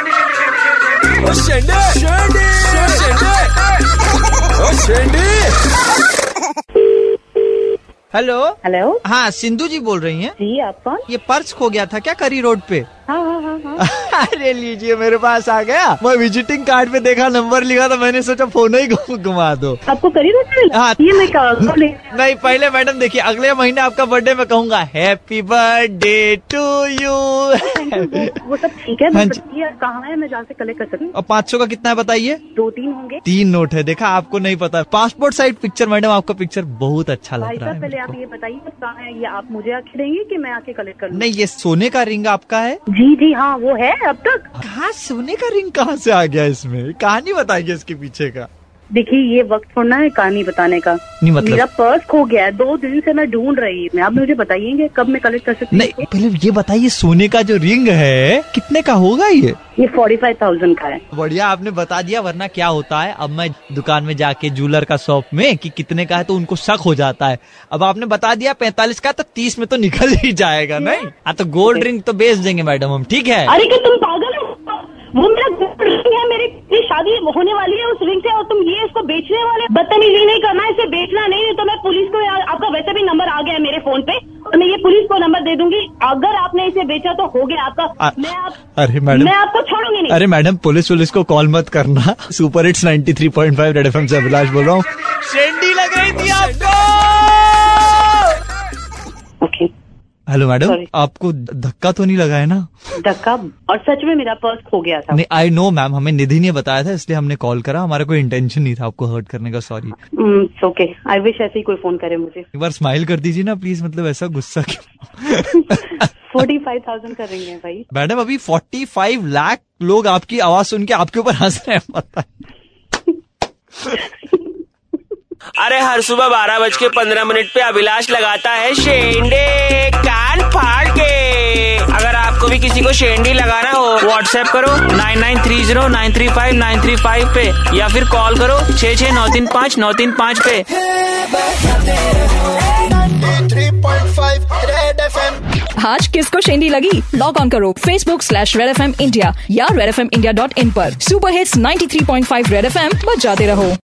ओ शेंडे शेंडे शेंडे ओ Shende hello hello हाँ सिंधु जी बोल रही हैं जी आप कौन ये पर्स खो गया था क्या करी रोड पे हाँ हाँ हाँ हाँ अरे लीजिए मेरे पास आ गया मैं विजिटिंग कार्ड पे देखा नंबर लिखा था मैंने सोचा फोन ही घु- घुमा दो आपको करी रोड में मिला? हाँ। ये मैं कहा कब ले नहीं पहले मैडम देखिए अगले महीने आपका बर्थडे मैं कहूंगा हैप्पी बर्थडे टू यू वो- वो सब ठीक है हाँ बस जी। बताइए कहाँ है मैं जहाँ से कलेक्ट कर सकती हूँ और पाँच सौ का कितना है बताइए दो तीन होंगे तीन नोट है देखा आपको नहीं पता पासपोर्ट साइज पिक्चर मैडम आपका पिक्चर बहुत अच्छा भाई लग रहा साहब है पहले मेरे आप को। ये बताइए कहाँ है ये आप मुझे आके देंगे कि मैं आके कलेक्ट कर लूँ नहीं ये सोने का रिंग आपका है जी जी हाँ वो है अब तक कहाँ सोने का रिंग कहाँ से आ गया इसमें कहानी बताइए इसके पीछे का देखिए ये वक्त थोड़ा ना है कहानी बताने का नहीं मतलब मेरा पर्स खो गया है दो दिन से मैं ढूंढ रही हूँ आप मुझे बताइएगा कब मैं कलेक्ट कर सकती नहीं हूँ पहले ये बताइए सोने का जो रिंग है कितने का होगा ये ये फोर्टी फाइव थाउजेंड का है बढ़िया आपने बता दिया वरना क्या होता है अब मैं दुकान में जाके जूलर का शॉप में कि कितने का है तो उनको शक हो जाता है अब आपने बता दिया पैंतालीस का तो तीस में तो निकल ही जाएगा नहीं हाँ तो गोल्ड रिंग तो बेच देंगे मैडम हम ठीक है अरे क्या तुम पागल हो वो मेरा gold ring है मेरी मेरी शादी होने वाली है उस रिंग से और तुम ये इसको बेचने वाले हो? बदतमीजी नहीं करना इसे बेचना नहीं नहीं तो मैं पुलिस को या- आपका वैसे भी नंबर आ गया है मेरे फोन पे और मैं ये पुलिस को नंबर दे दूंगी अगर आपने इसे बेचा तो हो गया आ- आपका मैं आप अरे मैडम मैं आपको छोड़ूंगी नहीं अरे मैडम पुलिस पुलिस को कॉल मत करना super hits 93.5 three point five red F से अभिलाष बोल रहा हूँ शेंडी लग रही थी आपको ओके हेलो मैडम Sorry. आपको धक्का तो नहीं लगा है ना धक्का और सच में मेरा पर्स खो गया था नहीं आई नो मैम हमें निधि ने बताया था इसलिए हमने कॉल करा हमारा कोई इंटेंशन नहीं था आपको हर्ट करने का सॉरी ओके आई विश ऐसे ही कोई फोन करे मुझे एक बार स्माइल कर दीजिए ना प्लीज मतलब ऐसा गुस्सा क्यों फोर्टी फाइव थाउजेंड का रिंग है भाई मैडम अभी 45 लाख लोग आपकी आवाज सुन के आपके ऊपर हंस रहे हैं पता है। अरे हर सुबह बारह बज के पंद्रह मिनट पे अभिलाष लगाता है शेंडे कान फाड़ के अगर आपको भी किसी को शेंडी लगाना हो व्हाट्सएप करो nine nine three zero nine three five nine three five पे या फिर कॉल करो छः छः नौ तीन पाँच नौ तीन पाँच पे 3.5 Red FM आज किसको शेंडी लगी लॉग ऑन करो Facebook slash red F M India या redfmindia.in पर super hits 93.5 red F M बजाते रहो